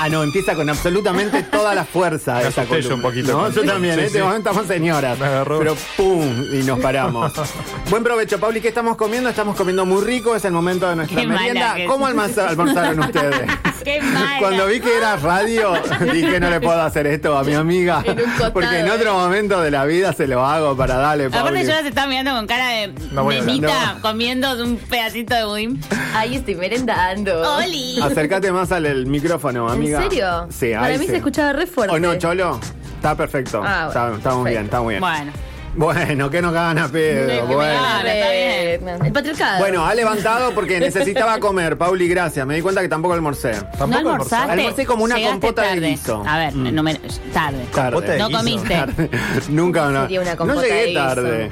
Ah, no, empieza con absolutamente toda la fuerza. Me esa asusté yo columna, un poquito ¿no? con- Yo también, sí, en este sí. momento somos señoras. Me agarró. Pero pum, y nos paramos. Buen provecho, Pauli. ¿Qué estamos comiendo? Estamos comiendo muy rico. Es el momento de nuestra Qué mala merienda. que es. ¿Cómo almazar- almorzaron ustedes? Qué mala. Cuando vi que era radio, dije no le puedo hacer esto a mi amiga. En un costado, Porque en eh. otro momento de la vida se lo hago para darle, Aparte Pauli. yo las estaba mirando con cara de No voy a hablar. nenita comiendo de un pedacito de budín. Ahí estoy merendando. ¡Oli! Acércate más al el micrófono, ¿En amiga. serio? Sí, Para ahí mí sí. se escuchaba re fuerte. ¿O no, Cholo? Está perfecto. Ah, bueno, Está- estamos perfecto. bien, estamos bien. Bueno, Bueno, que nos cagan a pedo. Que me Bueno. agarre. El patriarcado. Bueno, ha levantado porque necesitaba comer, Pauli, gracias. Me di cuenta que tampoco almorcé. ¿no Tampoco almorzaste? Almorcé como una Llegaste compota de tarde. guiso. A ver, Mm. no me- tarde. Compota Tarde. de No guiso. comiste. Tarde. Nunca no. Sería una no compota de llegué guiso. tarde.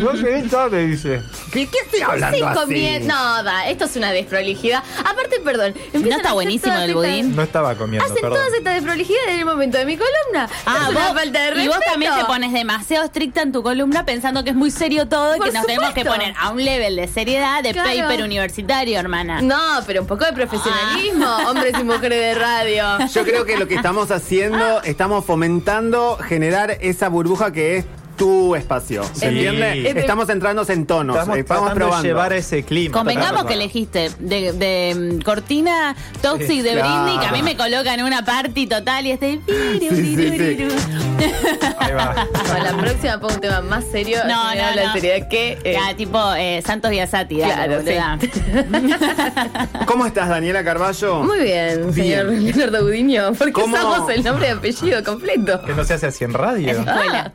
No llegué tarde, dice. ¿Qué, qué estoy hablando Cinco así? mie- No, da, esto es una desprolijidad. Aparte, perdón. empiezan a está hacer buenísimo todas el estas- budín? No estaba comiendo, Hacen perdón. todas estas desprolijidades en el momento de mi columna. Ah, Es una vos, falta de y vos respeto. también te pones demasiado estricta en tu columna pensando que es muy serio todo y Por que nos tenemos que supuesto. poner a un level de seriedad de Claro. paper universitario, hermana. No, pero un poco de profesionalismo, Ah. hombres y mujeres de radio. Yo creo que lo que estamos haciendo, estamos fomentando generar esa burbuja que es tu espacio. ¿Se Sí. entiende? Es- Estamos entrando en tonos. Estamos eh, Vamos tratando de probando. llevar ese clima. Convengamos Claro. que elegiste de, de, mm, cortina toxic de Claro. Britney, que a mí me colocan una party total y este. sí, sí. Ahí va. Para la próxima pongo un tema más serio. No, así me no, habla en no. seriedad que. eh, Ya, tipo eh, Santos Biasati, Claro, dale, sí. boluda. ¿Cómo estás, Daniela Carballo? Muy bien, señor Bien. Leonardo Gudiño. ¿Por qué ¿Cómo? usamos el nombre y apellido completo? Que no se hace así en radio. Escuela.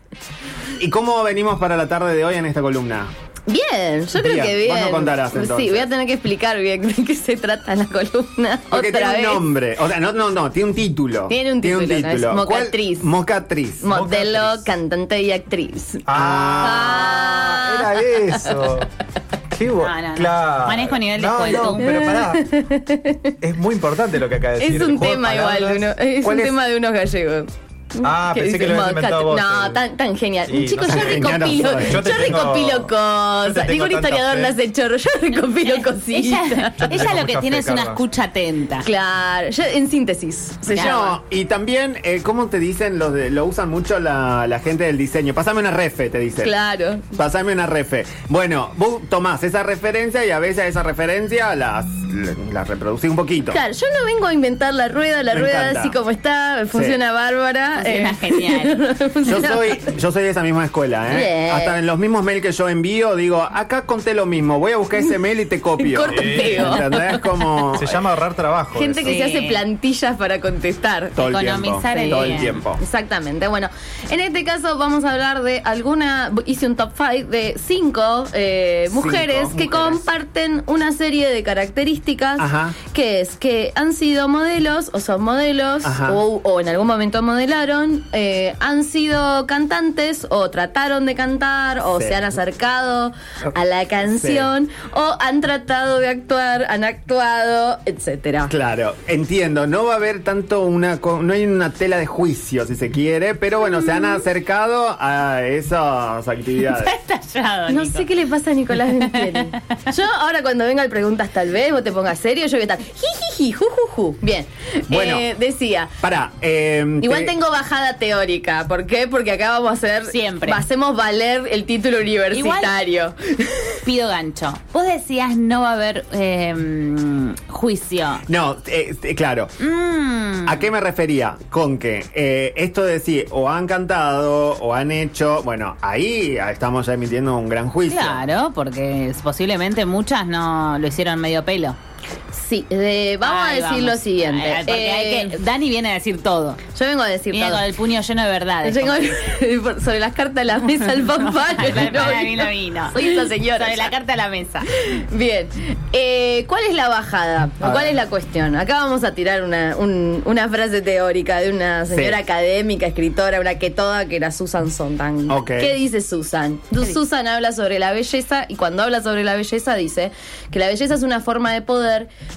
¿Y cómo venimos para la tarde de hoy en esta columna? Bien, yo creo Bien, que bien. vos no contarás, Sí, entonces. voy a tener que explicar bien de qué se trata la columna. Porque otra tiene vez. un nombre. O sea, no, no, no, tiene un título. Tiene un título, ¿no? Es ¿Cuál? Mocatriz. Mocatriz. Modelo, Mocatriz. cantante y actriz. Ah, Ah. era eso. Qué bo- No, no, no. Claro. Manejo a nivel de no, juego. No, pero pará. Es muy importante lo que acaba de Es decir. El un juego de tema palabras. igual, uno- es ¿Cuál un es? tema de unos gallegos. Ah, pensé que lo habías dicen inventado vos. eh. podcast. No, tan, tan genial. Sí, Chicos, no yo tan genial no recopilo, soy. yo Yo te tengo- recopilo yo te cosas. tengo Ningún tanta historiador fe. nace chorro, yo recopilo Ella, cositas. ella lo que mucha tiene fe, es una Carla. escucha atenta. Claro, yo- en síntesis. Se Claro. llama. No, y también, eh, ¿cómo te dicen? Los de, lo usan mucho la, la gente del diseño. Pásame una refe, te dicen. Claro. Pasame una refe. Bueno, vos tomás esa referencia y a veces esa referencia las, las reproducí un poquito. Claro, yo no vengo a inventar la rueda, la Me rueda encanta. así como está, funciona bárbara. eh. Funciona genial. Yo funciona- soy, yo soy de esa misma escuela, ¿eh? Bien. Hasta en los mismos mails que yo envío, digo, acá conté lo mismo, voy a buscar ese mail y te copio. Corto y pego. ¿Entendés? Como Se llama ahorrar trabajo. Gente eso. que se Sí. hace plantillas para contestar. todo el tiempo. Economizar el Todo el día. tiempo. Exactamente. Bueno, en este caso vamos a hablar de alguna. Hice un top 5 de 5 Cinco mujeres que mujeres. comparten una serie de características. Ajá. Que es que han sido modelos o son modelos Ajá. o, o en algún momento modelaron. eh, han sido cantantes o trataron de cantar o Sí. se han acercado a la canción o han tratado de actuar, han actuado, etcétera. Claro, entiendo, no va a haber tanto una, co- no hay una tela de juicio si se quiere, pero bueno, se han Mm. acercado a esas actividades. Estallado, No Nico. sé qué le pasa a Nicolás Ventieri. Yo ahora cuando venga el preguntas tal vez, vos te pongas serio, yo voy a estar jijiji, jujuju. Bien. Bueno. Eh, decía. Pará, eh, Igual te- tengo bajada teórica. ¿Por qué? Porque acá vamos a hacer. Siempre. Hacemos valer el título universitario. Pido gancho. Vos decías no va a haber eh, juicio. No, eh, eh, claro. Mm. Ah, ¿A qué me refería? Con que eh, esto de decir o han cantado o han hecho, bueno, ahí estamos ya emitiendo un gran juicio. Claro, porque es- posiblemente muchas no lo hicieron medio pelo. Sí, eh, vamos Ahí a decir lo siguiente. Ay, porque hay Eh, que- Dani viene a decir todo. Yo vengo a decir Viene todo. con el puño lleno de verdades. Vengo sobre las cartas de la mesa, el papá. Para, para mí no vino. Soy esta señora. Sobre ya. la carta a la mesa. Bien. Eh, ¿Cuál es la bajada? A ¿O ¿Cuál ver. es la cuestión? Acá vamos a tirar una, un- una frase teórica de una señora Sí. académica, escritora, una que toda, que era Susan Sontag. Ok. ¿Qué dice Susan? Du- Susan habla sobre la belleza y cuando habla sobre la belleza dice que la belleza es una forma de poder,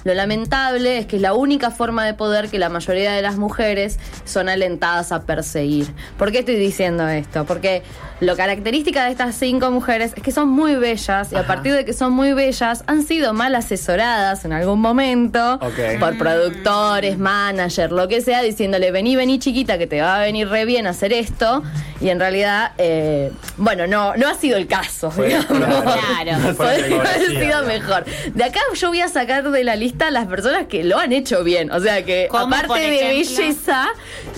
Lo lamentable es que es la única forma de poder que la mayoría de las mujeres son alentadas a perseguir. ¿Por qué estoy diciendo esto? Porque lo característica de estas cinco mujeres es que son muy bellas y a partir de que son muy bellas han sido mal asesoradas en algún momento Ok. por productores, manager, lo que sea, diciéndole vení, vení chiquita que te va a venir re bien hacer esto y en realidad, eh, bueno, no, no ha sido el caso. Fue- digamos. claro. Fue la Podría haber tecnología, sido ¿no? mejor. De acá yo voy a sacar de la lista las personas que lo han hecho bien. O sea que, Como, por aparte de ejemplo. belleza,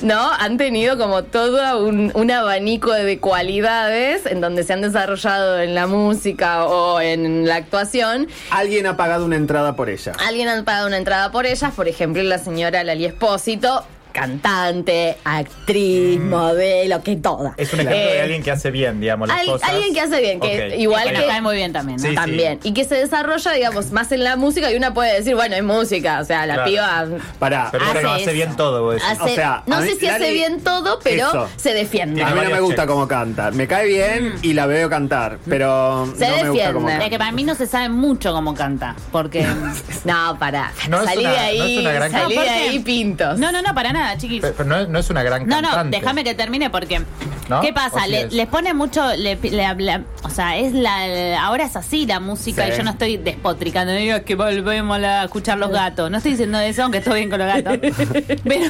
¿no? Han tenido como todo un, un abanico de cualidades en donde se han desarrollado en la música o en la actuación. Alguien ha pagado una entrada por ella. Alguien ha pagado una entrada por ellas, por ejemplo, la señora Lali Espósito. Cantante, actriz, modelo, que toda. Mm. Es un ejemplo de Eh, alguien que hace bien, digamos, las al- cosas. alguien que hace bien, que Ok. igual Bueno, que- cae muy bien también, ¿no? Sí. también. Y que se desarrolla, digamos, más en la música y una puede decir, bueno, es música, o sea, la Claro. Pues piba Pará. Pero hace bueno, eso. hace bien todo, vos decís. hace, O sea, a no mí- sé si hace Lali- bien todo, pero Eso. se defiende. A mí no me varios gusta checks. cómo canta. Me cae bien y la veo cantar, pero no Mm. Se me gusta defiende. cómo La que canta. para mí no se sabe mucho cómo canta, porque... No, pará. No es salí una- de no ahí, es una gran salí de cantante. ahí, pintos. No, no, no, para nada, chiquis. Pero, pero no, no es una gran No, no, cantante. déjame que termine porque... ¿No? ¿Qué ¿O pasa? sí Le- es? les pone mucho... le- le- la- o sea, es la, la- ahora es así la música Sí. y yo no estoy despotricando. No digo que volvemos a escuchar los gatos. No estoy diciendo eso, aunque estoy bien con los gatos. Pero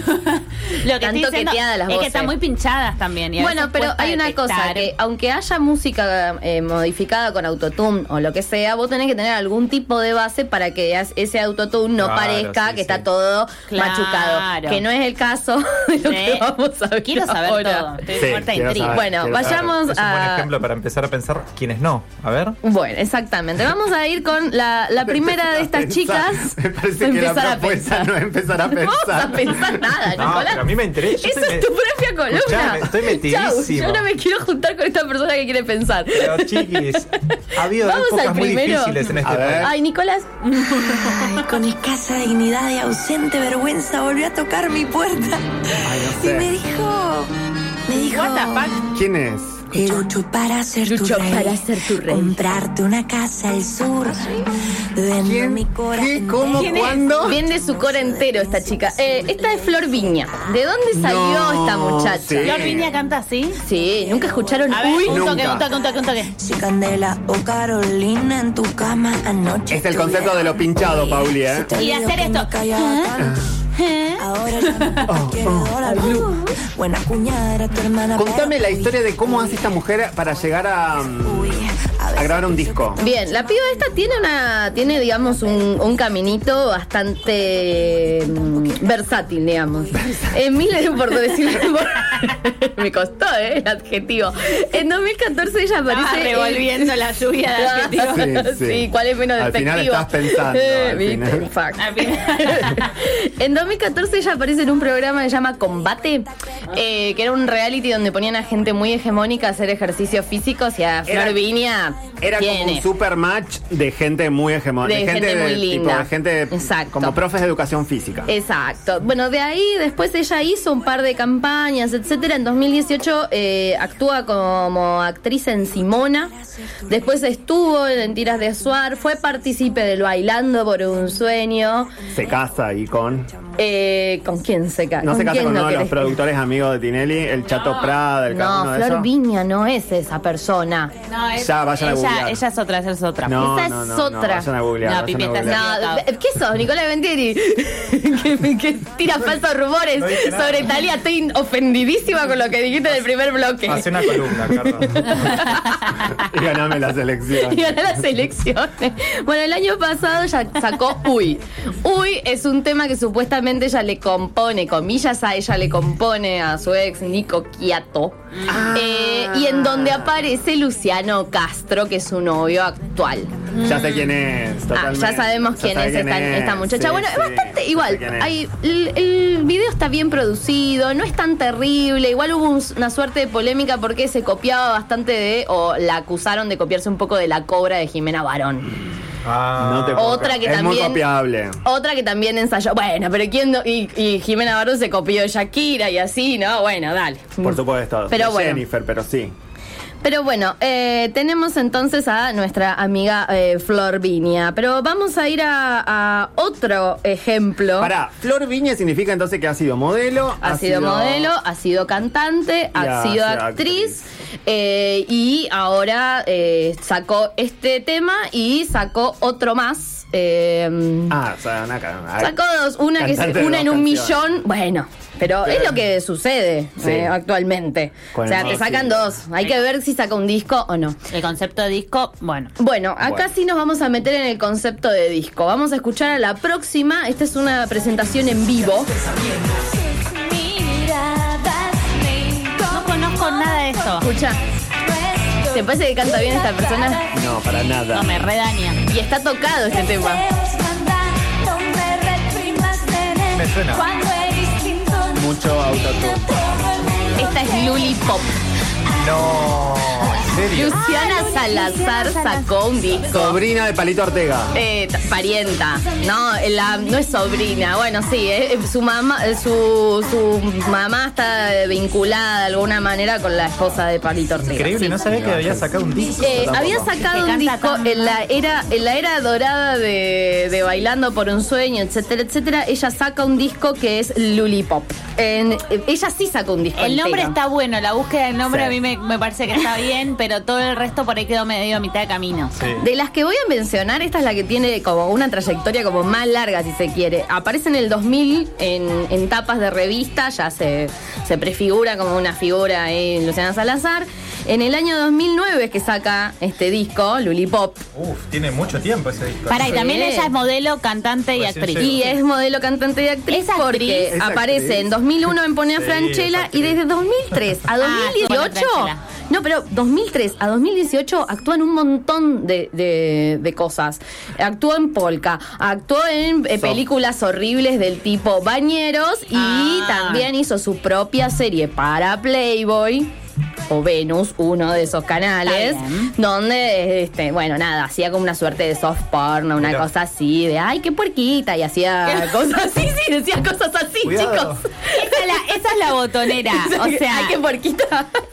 lo que estoy Tanto diciendo queteadas es las que voces. están muy pinchadas también. y a Bueno, veces pero cuesta hay una cosa, detectar. que aunque haya música eh, modificada con autotune o lo que sea, vos tenés que tener algún tipo de base para que as- ese autotune no Claro, parezca sí, que sí. está todo Claro. machucado, que no es el caso de lo que Sí. vamos a ver Quiero saber ahora. todo. Estoy Sí, muerta de quiero intriga. saber. Bueno, Quiero saber. vayamos- Es un buen a- ejemplo para empezar a pensar quiénes no. A ver. Bueno, exactamente. Vamos a ir con la, la primera de estas Empezar- chicas. Me parece que la propuesta no es empezar a No vamos a pensar. pensar nada, No, Nicolás. pero a mí me interesa. Yo Eso estoy es tu me- propia columna. Escuchame, estoy Chau, metidísimo. yo no me quiero juntar con esta persona que quiere pensar. Pero chiquis, ha habido Vamos épocas al muy primero. difíciles en este A ver. país. Ay, Nicolás. Ay, con escasa dignidad y ausente vergüenza volvió a tocar mi puerta. Ay, no Y me sé. dijo. Me dijo. ¿Quién es? Lucho para ser tu Lucho rey. para ser tu rey. ¿Ah, Comprarte una casa al sur. Vendo ¿Quién? mi corazón. ¿Qué? ¿Cómo? entero. ¿Cuándo? Viene su coro entero esta chica. Eh, esta es Flor Viña. ¿De dónde salió No, esta muchacha? sí. Flor Viña canta así. Sí, nunca escucharon. A ver, Uy, un toque, Nunca. un toque, un toque, un toque. Si Candela o Carolina en tu cama anoche. Este es el concepto de lo pinchado, Pauli, ¿eh? Y hacer esto. Ahora ya no Oh, te quiero dólar. Buena cuñada era tu hermana. Contame pero- la historia de cómo hace esta mujer para llegar a, mm, Uy, a a veces grabar un disco. Bien, la piba esta tiene una, tiene digamos un, un caminito bastante mm, versátil, digamos. En mil por decirlo, por- me costó, ¿eh? El adjetivo. En 2014 ella Estaba aparece. en- Ah, revolviendo la lluvia de adjetivos. adjetivos. Sí, Sí, sí. ¿cuál es menos Al despectivo? final estás pensando, al Viste, final. fuck. Al final. en 2014 ella aparece en un programa que se llama Combate, eh, que era un reality donde ponían a gente muy hegemónica a hacer ejercicios físicos y a Era- Flor Viña Era como tiene. un super match de gente muy hegemónica. De gente muy linda. Tipo, de gente Exacto. Eh, como profes de educación física. Exacto. Bueno, de ahí después ella hizo un par de campañas, etcétera. En 2018 eh, actúa como actriz en Simona. Después estuvo en Tiras de Suar. Fue partícipe del Bailando por un Sueño. Se casa y con... Eh, ¿Con quién se casa? No se casa quién con uno de los querés? productores amigos de Tinelli, el Chato Prada, el No, uno de Flor esos. Viña no es esa persona. No, es- Ya, vayan a ella, googlear. ella es otra, ella es otra. No, Esa no, es no, No, otra. vayan a googlear, No, vayan a Pipita, googlear. no. No, eh, ¿qué sos, Nicolás Ventieri? que, que tira falsos rumores No dije nada. sobre Talía. Estoy ofendidísima con lo que dijiste del primer bloque. Hace una columna, Carlos. Y ganame la selección. y ganar las elecciones. Bueno, el año pasado ya sacó Uy. Uy es un tema que supuestamente ella le compone, comillas a ella le compone a su ex Nico Quiato. Eh, y en donde aparece Luciano Castro, que es su novio actual. Ya sé quién es, Mm. Ah, totalmente. ya sabemos Ya quién, sabe es, esta, esta muchacha. Sí, bueno, sí, es bastante ya sé igual. quién es. hay- el, el video está bien producido, no es tan terrible. Igual hubo un- una suerte de polémica porque se copiaba bastante de, o la acusaron de copiarse un poco de la cobra de Jimena Barón. Ah, No te puedo Otra creer. que es muy también- copiable. Otra que también ensayó. Bueno, pero quién no- y, y Jimena Barón se copió de Shakira y así, ¿no? Bueno, dale. Por supuesto. Pero bueno. Jennifer, pero sí. Pero bueno, eh, tenemos entonces a nuestra amiga eh, Flor Viña. Pero vamos a ir a, a otro ejemplo. Pará, Flor Viña significa entonces que ha sido modelo. Oh. Ha, sido, modelo, ha sido cantante, ha ha sido sido actriz eh, y ahora eh, sacó este tema y sacó otro más. eh, Ah, o sea, una ca- Sacó dos, una, que es, Cantante de una dos en un canciones. millón, bueno, pero es lo que sucede Sí. eh, actualmente. Con o el sea, te marketing. sacan dos, hay que ver si saca un disco o no. El concepto de disco, bueno. Bueno, acá Bueno. sí nos vamos a meter en el concepto de disco. Vamos a escuchar a la próxima. Esta es una presentación en vivo. No conozco nada de esto. Escucha, ¿te parece que canta bien esta persona? No, para nada. No me redaña. Y está tocado este tema. Me suena. Mucho autotune. Esta es Luli Pop. No, en serio. Luciana Salazar sacó un disco. Sobrina de Palito Ortega. Eh, t- parienta, no, la, no es sobrina, bueno, sí, eh, eh, su mamá, eh, su, su mamá está eh, vinculada de alguna manera con la esposa de Palito Ortega. Increíble, sí. no sabía que había sacado un disco. Eh, había Es sacado que canta un disco tan en la era, en la era dorada de, de Bailando por un sueño, etcétera, etcétera. Ella saca un disco que es Lulipop. En- eh, ella sí sacó un disco. El nombre entero. está bueno, la búsqueda del nombre Sí. a mí me, me parece que está bien, pero todo el resto por ahí quedó medio a mitad de camino. Sí. De las que voy a mencionar, esta es la que tiene como una trayectoria como más larga, si se quiere. Aparece en el 2000 en, en tapas de revista, ya se, se prefigura como una figura ahí, Luciana Salazar. En el año 2009 es que saca este disco, Lulipop. Uf, tiene mucho tiempo ese disco. Para, y Sí. también ella es modelo, cantante y Pues sí, actriz. sí. Y es modelo cantante y actriz Es actriz. porque Es aparece actriz. en 2001 en Pone a Sí, es Franchella y actriz. desde 2003 a Ah, estuvo en 2018, Franchella. no, pero 2003 a 2018 actúan un montón de, de- de cosas. Actuó en Polka, actuó en eh, películas horribles del tipo Bañeros y Ah. también hizo su propia serie para Playboy. O Venus, uno de esos canales, Está bien. donde, este, bueno, nada, hacía como una suerte de soft porno, una Mirá. cosa así, de ay, qué puerquita, y hacía cosas así, sí, decía cosas así, Cuidado. chicos. Esa, es la, esa es la botonera. O sea, ay, qué puerquita.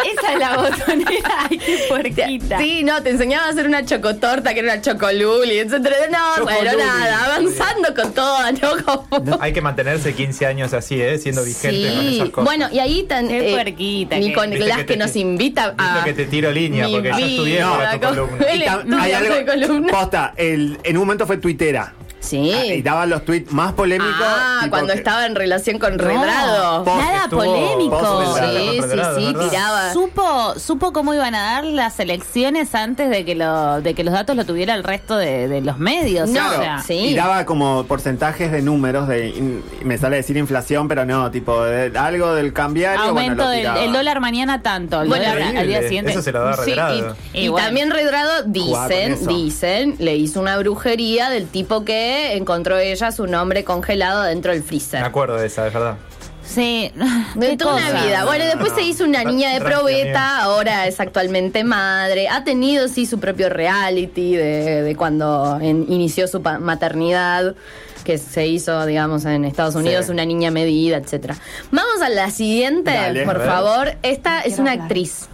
esa es la botonera. Ay, qué puerquita. Sí, no, te enseñaba a hacer una chocotorta, que era una chocoluli, etcétera. No, Chocoluli. bueno, nada, avanzando con todo, ¿no? Como- Hay que mantenerse 15 años así, ¿eh? Siendo vigente con esas cosas. Bueno, y ahí tan eh, Qué puerquita que- Nicolás Viste que, que te- nos invita Viste a que te tiro línea, mi porque yo estudié vida, para tu como- columna. Ah, él Y tam- estudia hay algo- su columna. Posta, el- en un momento fue tuitera. Sí. Ah, Y daba los tweets más polémicos. Ah, tipo cuando que- estaba en relación con No, Redrado. Post nada estuvo- polémico. post Redrado. Sí, con sí, Redrado, sí, ¿verdad? tiraba. Supo, supo cómo iban a dar las elecciones antes de que lo, de que los datos lo tuviera el resto de, de los medios. No, o sea. sí. Y daba como porcentajes de números de in- me sale decir inflación, pero no, tipo de- algo del cambiario. bueno, Aumento lo del tiraba. el dólar mañana tanto. el Bueno, dólar al día Increíble. siguiente. Eso se lo da Sí, regrado. y, Y y bueno. también Redrado Jugaba con dicen, eso. dicen, le hizo una brujería del tipo que encontró ella su nombre congelado dentro del Me freezer. acuerdo de esa, es verdad. Sí. De Qué toda cosa. una vida. Bueno, después no. se hizo una Ra- niña de rápido, probeta, amigo. ahora es actualmente madre. Ha tenido, sí, su propio reality de, de cuando en- inició su pa- maternidad, que se hizo, digamos, en Estados Unidos, una niña medida, etcétera. Vamos a la siguiente, Dale, por a ver. favor. Esta es una hablar. actriz.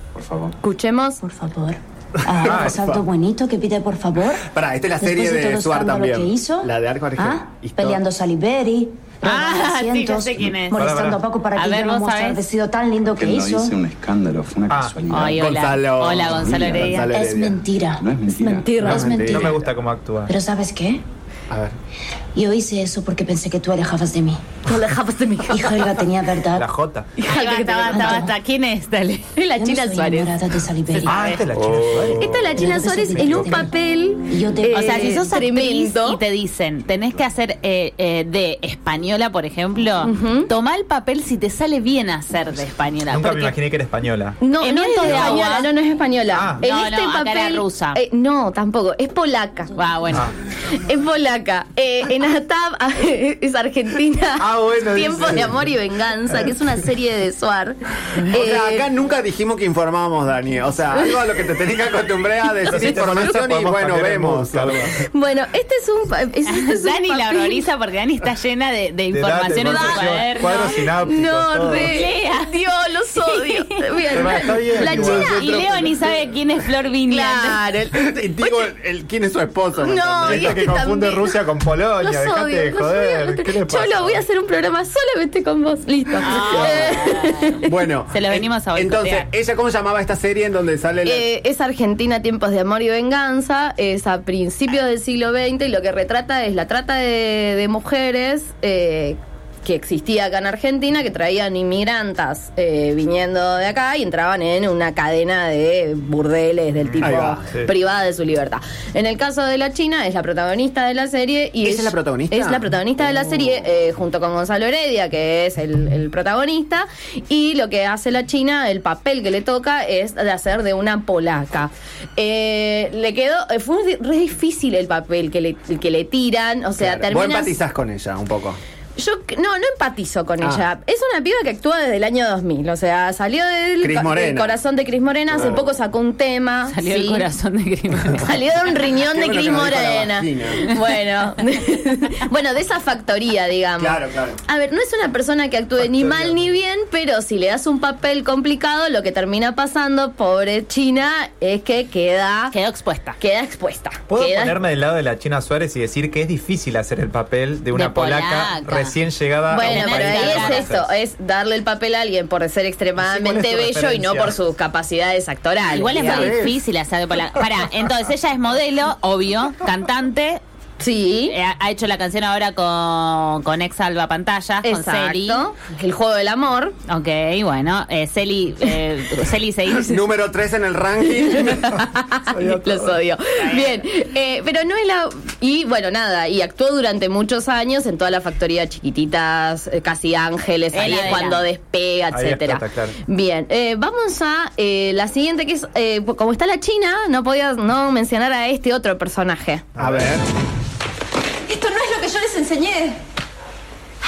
Escuchemos. Por favor. Ah, los autos bonitos que pide por favor. Pará, esta es la Después serie de todo el Suar escándalo también. que hizo. La de Arco Argentino. Ah, Y todo. Peleando a Saliveri. Ah, robando sí, ya asientos, sé quién es. Molestando Pará, pará. a Paco para A que ver, yo no vos muestre sabés. el vestido tan lindo que Que no hizo. hice un escándalo, fue una Ah. casualidad. Ay, hola. Gonzalo. Hola, Gonzalo Heredia. Gonzalo Es Heredia. mentira. No es mentira. No, Es mentira. mentira. No me gusta cómo actúa. Pero ¿sabes qué? A ver. Yo hice eso porque pensé que tú alejabas de mí. No la dejabas de mi Y Helga tenía verdad. La J. Ahí va, está, basta, basta. ¿Quién es? Dale. la Yo no China soy Suárez. enamorada de Saliveri. Ah, esta es la china. Oh. Suárez. Esta es la China Suárez en un papel. Y yo te- eh, O sea, si sos actriz tremendo. y te dicen, tenés que hacer eh, eh, de española, por ejemplo, toma el papel si te sale bien hacer de española. Nunca me porque- imaginé que era española. No, En no es vientos de este española, agua. no, no es española. Ah. en No, este no, acá papel era rusa. eh, no, tampoco, es polaca. Ah, bueno. Ah. Es polaca. Eh, en Aenatab es argentina. Ah, bueno, Tiempo dice. de amor y venganza, que es una serie de Suar. O sea, Eh, acá nunca dijimos que informamos, Dani. O sea, algo a lo que te tenés que acostumbrar a decir Entonces, con esto información y podemos bueno, cambiar el mood, vemos. claro. bueno, este es un. pa- es- este es un Dani la papel- horroriza porque Dani está llena Te de, de da- te información en su información, Cuadros cuaderno. sinápticos. No, todo. re. Dios, los odio. Bien. Pero está bien, La igual, china. Y Leo ni sabe quién es Flor Viña. Claro. el- Y digo, el, ¿quién es su esposo? ¿me No, entendés? y Esta que este confunde también. Rusia con Polonia, Los dejate odio, de los odio, joder. los- ¿Qué le pasa? Ah. Cholo, voy a hacer un programa solamente con vos. Listo. Eh, Bueno, Se lo en- venimos a boicotear. Entonces, ¿ella cómo llamaba esta serie en donde sale la... eh, es Argentina, tiempos de amor y venganza. Es a principios del siglo XX y lo que retrata es la trata de, de mujeres. eh, que existía acá en Argentina, que traían inmigrantas eh, viniendo de acá y entraban en una cadena de burdeles del tipo Ahí va, sí. privada de su libertad. En el caso de la China, es la protagonista de la serie. y ¿Ella es la protagonista? Oh. Es la protagonista de la serie, eh, junto con Gonzalo Heredia, que es el, el protagonista. Y lo que hace la China, el papel que le toca, es de hacer de una polaca. Eh, le quedó. eh, Fue un di- re difícil el papel que le, que le tiran. O sea, Claro. Vos terminas. empatizás con ella un poco. Yo c- no, no empatizo con Ah. ella. Es una piba que actúa desde el año 2000. O sea, salió del, Cris co- del Morena. corazón de Cris Morena. Hace poco sacó un tema. Salió sí. el corazón de Grimaldi. Salió de un riñón Qué de bueno Cris que no dijo la Morena. vagina. Bueno, bueno, de esa factoría, digamos. Claro, claro. A ver, no es una persona que actúe ni mal ni bien, pero si le das un papel complicado, lo que termina pasando, pobre China, es que queda, Quedó expuesta. queda expuesta. ¿Puedo Queda- ponerme del lado de la China Suárez y decir que es difícil hacer el papel de una De polaca, polaca. recién llegada a Bueno, un pero país que no ahí es conoces? esto, es darle el papel a alguien por ser Sí, extremadamente ¿cuál es tu bello y no referencia? por sus capacidades actorales. Igual es muy digamos. difícil hacer para. Pará, entonces ella es modelo, obvio, cantante. Sí. eh, ha- ha hecho la canción ahora con, con ex Alba Pantalla, con Celi. Exacto. El juego del amor. Ok, bueno, eh, Celi, eh, Celi se hizo. Número 3 en el ranking. Los odio. Bien, eh, pero no es la... Y bueno, nada, y actuó durante muchos años en toda la factoría chiquititas, eh, casi ángeles, ahí es Heladera. cuando despega, Ahí etcétera. explota, claro. Bien, eh, vamos a eh, la siguiente que es, eh, como está la China, no podía no mencionar a este otro personaje. A ver. Esto no es lo que yo les enseñé.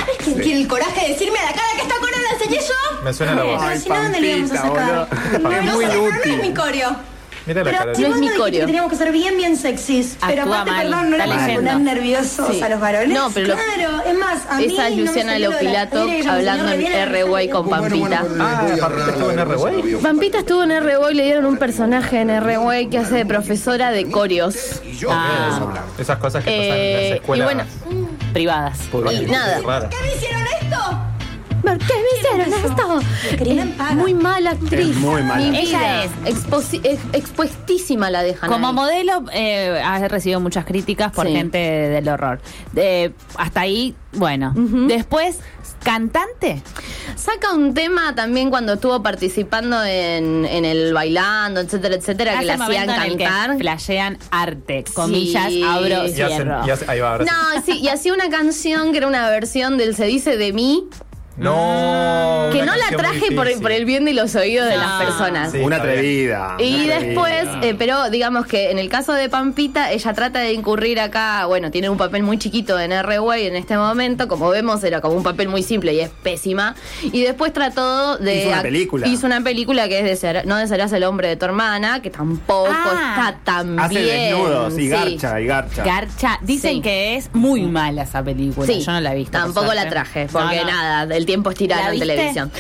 A ver quién tiene el coraje de decirme a la cara que esta cora la enseñé yo. Me suena la voz. Pero si no, ¿dónde le íbamos a Pampita, sacar? boludo. Es no, muy sé, pero no útil. es mi coreo. Mira la Pero cara si de No vos es mi dijiste coreo. que teníamos que ser bien, bien sexys. Actúa pero aparte, mal, perdón, no está le van a leyendo. poner nerviosos Sí. a los varones. No, pero lo- claro, es más, a mí Esa es no me Luciana salió lo de la Lopilato cadera y ella me hablando enseñó re en bien a RY la con Pampita. Ah, Pampita estuvo en RY. Pampita estuvo en RBOY, le dieron un personaje en RBOY que hace de profesora de coreos. Ah, Esas cosas que pasan en las Eh, y escuelas. bueno, privadas. públicas, nada. raras. ¿Qué me hicieron esto? ¿Por qué me hicieron esto? querían Es paga. muy mala actriz. Es muy mala. Mi Ella vida. es. Exposi- ex- expuestísima la dejan. Como ahí. modelo eh, ha recibido muchas críticas por Sí. gente del horror. Eh, hasta ahí, bueno. Después, cantante. Saca un tema también cuando estuvo participando en, en el bailando, etcétera, etcétera, que Hace la un hacían momento en el que cantar. Flashean arte, comillas, Sí. abro, Y hacen, cierro. y hacen- ahí va, ahora sí. No, sí, y hacía una canción que era una versión del Se dice de mí, No. Mm. que una no la canción muy traje por, el- difícil. por el bien de los oídos de No. las personas. Sí, una está bien. atrevida. Y una después, atrevida. eh, pero digamos que en el caso de Pampita, ella trata de incurrir acá, bueno, tiene un papel muy chiquito en R-Way en este momento, como vemos era como un papel muy simple y es pésima. Y después trató de... Hizo una ac- película. Hizo una película que es de Ser- No desearás el hombre de tu hermana, que tampoco Ah. está tan Hace bien. desnudos y Sí. garcha, y garcha. Garcha. Dicen Sí. que es muy mala esa película. Sí, Yo no la he visto. por Tampoco la suerte. traje, porque No, no. nada, el tiempo es tirano ¿La en viste? televisión.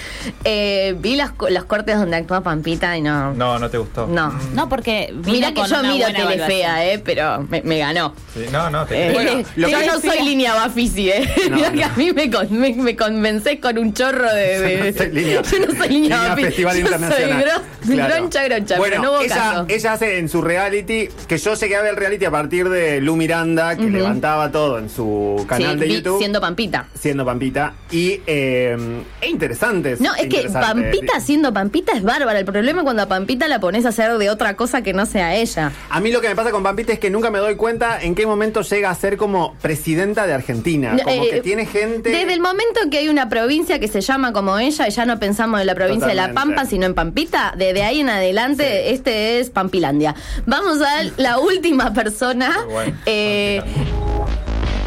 Eh, vi las co- los cortes donde actúa Pampita y no. No, no te gustó. no. No, porque vino Mira que con yo una miro buena evaluación. Telefea, eh, pero me, me ganó. Sí, no, no, te Eh, Bueno, lo yo que- no soy línea Bafisi, eh. No, Mira que no. a mí me, con- me, me convencés con un chorro de. de- No soy línea. yo no soy línea Línea Bafisi. Festival yo Internacional. Soy gro- Claro. groncha, groncha, Bueno, pero no hubo ella, caso. ella hace en su reality, que yo llegué a ver el reality a partir de Lu Miranda, que levantaba todo en su canal Sí, de vi- YouTube. Siendo Pampita. siendo Pampita. Y eh, es interesante. es No, es que interesante. Pampita siendo Pampita es bárbara. El problema es cuando a Pampita la pones a hacer de otra cosa que no sea ella. A mí lo que me pasa con Pampita es que nunca me doy cuenta en qué momento llega a ser como presidenta de Argentina. No, como eh, que tiene gente. Desde el momento que hay una provincia que se llama como ella, y ya no pensamos en la provincia de La Totalmente. Pampa, sino en Pampita, desde ahí en adelante, este es Pampilandia. Vamos a la última persona. Qué bueno, Eh,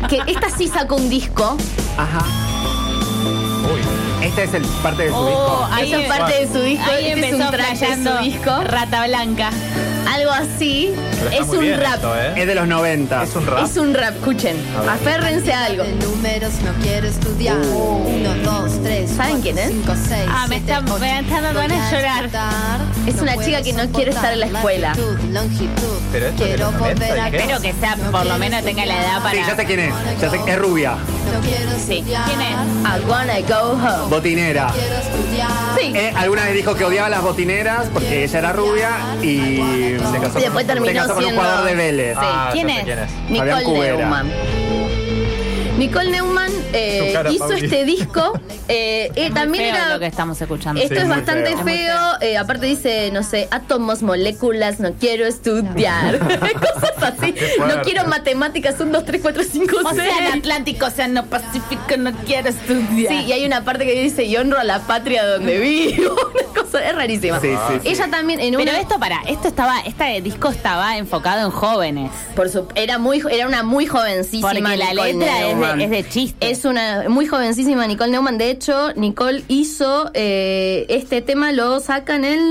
que esta sí sacó un disco. Ajá. Esta es el parte de su Oh. disco. ahí Esa es em- parte de su disco. Ahí este empezó es un track de flasheando su disco. Rata Blanca. Algo así. Pero está Es muy un bien rap. esto, ¿eh? Es de los 90. Es un rap. Es un rap, escuchen. A ver. Aférrense a algo. De números no quiero estudiar. Uno, dos, tres. Oh. ¿Saben quién es? Cinco, seis, Ah, me siete, está- me ocho. está dando Voy ganas de a llorar. explotar. Es una puedo chica que no quiere estar en la soportar escuela. latitud, longitud. Pero esto es de Quiero los 90, volver a ¿y qué? Espero que sea, por lo menos tenga la edad Sí, para. ya sé quién es. Ya sé, es rubia, No quiero Sí. estudiar. ¿Quién es? I wanna go home. botinera. Quiero estudiar. Sí. Eh, alguna vez dijo que odiaba las botineras porque ella era rubia y se casó, Y con, se después terminó casó con un siendo- jugador de Vélez. Sí, Ah, ¿quién, ya sé es? quién es. Fabián Nicole Cubera. Neumann. Nicole Neumann eh, Tu cara, hizo Pauli. este disco. eh, eh, también Feo era. lo que estamos escuchando. Esto Sí, es muy bastante feo. feo. Es muy eh, aparte dice, no sé, átomos, moléculas, no quiero estudiar. Cosas así. fuerte. No quiero matemáticas, 1, 2, 3, 4, 5, 6. Océano Atlántico, Océano Pacífico, no quiero estudiar. Sí, y hay una parte que dice, y honro a la patria donde vivo. Una cosa, es rarísima. Sí, sí, sí. Ella también en Pero una... esto para, esto estaba, este disco estaba enfocado en jóvenes. Por su- era muy jo- era una muy jovencísima Porque la Nicole letra es Neumann. de, es de chiste. Es una muy jovencísima Nicole Neumann. De hecho, Nicole hizo eh, este tema, lo saca en el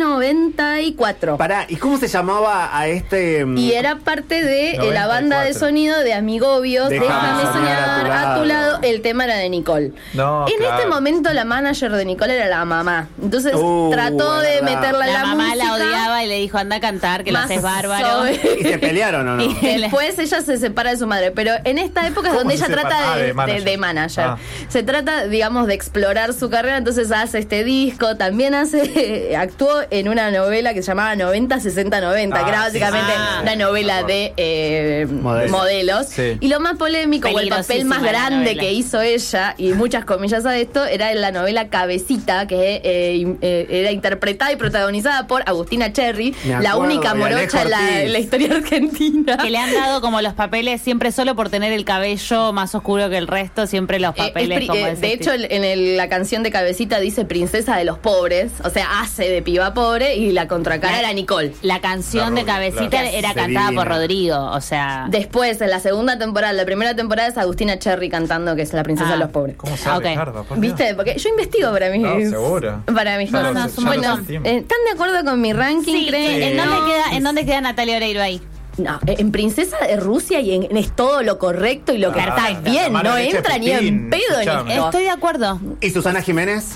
94. Pará, ¿y cómo se llamaba a este? mm, Y era parte de eh, la banda de 94. sonido de Amigobios, Déjame Déjame soñar a tu soñar a lado. tu lado. El tema era de Nicole. No, en claro. este momento la manager de Nicole era la mamá. Entonces Uh, trató de verdad. meterla en la, la mamá música. la odiaba y le dijo, anda a cantar, que lo más haces bárbaro. sobre- ¿Y se pelearon o no? Y- Después ella se separa de su madre, pero en esta época es ¿Cómo donde se ella separa? trata Ah, de, de de- de manager. manager. Ah. Se trata, digamos, de explorar su carrera, entonces hace este disco, también hace, actuó en una novela que se llamaba 90, 60, 90, Ah, que era sí, básicamente sí, sí, sí. una novela Me de eh, Modelos. modelos. Sí. Y lo más polémico o el papel Peligrosísima más la grande novela. que hizo ella, y muchas comillas a esto, era en la novela Cabecita, que eh, in- eh, era interpretada y protagonizada por Agustina Cherry, Me la acuerdo, única y Alejo morocha en la, Ortiz. en la historia argentina. Que le han dado como los papeles siempre solo por tener el cabello más oscuro que el resto, siempre los Eh, es papeles pri- como eh, de ese de hecho, estilo. el- en el- la canción de Cabecita dice princesa de los pobres, o sea, hace de piba pobre y la contracara La- era Nicole. la canción La de Rodri- Cabecita claro. era Se cantada por divina. Rodrigo, o sea... Después, en la segunda temporada, la primera temporada es Agustina Cherry cantando que es la princesa Ah. de los pobres. ¿Cómo sabe, Ok. Carla? Por Dios. ¿Viste? Porque yo investigo para mí. No, seguro. Para mí. Ya lo- ya lo bueno, sentimos. eh, ¿están de acuerdo con mi ranking? Sí, ¿Creen? ¿en, Sí. dónde No. queda, ¿En dónde queda Natalia Oreiro ahí? No, eh, en Princesa de Rusia y en, en es todo lo correcto y lo que Claro, está bien. Ah, la mano No derecha de entra ni en Putin, pedo en escuchame. esto. Eh, Estoy de acuerdo. ¿Y Susana Jiménez?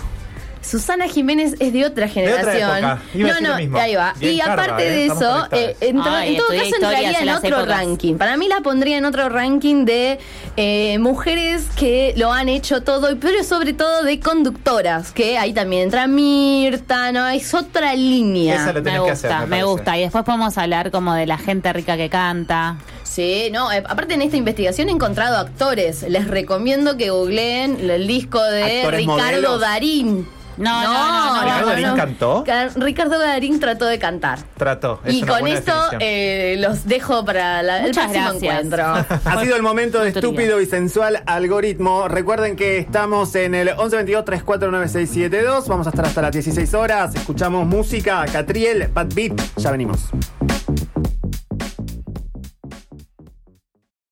Susana Jiménez es de otra generación. época. Iba a decir no, lo no, mismo. ahí va. Bien y carga, aparte eh, de estamos eso, conectadas. eh, en, to- Ay, en todo estudié caso historia, entraría sé en las otro épocas. ranking. Para mí la pondría en otro ranking de eh, mujeres que lo han hecho todo, pero sobre todo de conductoras, que ahí también entra Mirta, ¿no? Es otra línea. Esa lo Me tenés que hacer. gusta, me parece. gusta. Y después podemos hablar como de la gente rica que canta. Sí, no, eh, aparte en esta investigación he encontrado actores. Les recomiendo que googleen el disco de ¿Actores Ricardo modelos? Darín. No, no, no, no, ¿Ricardo Darín cantó? Ca- Ricardo Darín trató de cantar. Trato. es y una con buena esto definición. eh, los dejo para la, el Muchas próximo gracias. encuentro. Ha sido el momento de Tutoría. estúpido y sensual algoritmo. Recuerden que estamos en el 1122-349672. Vamos a estar hasta las 16 horas. Escuchamos música, Catriel, Bad Beat. Ya venimos.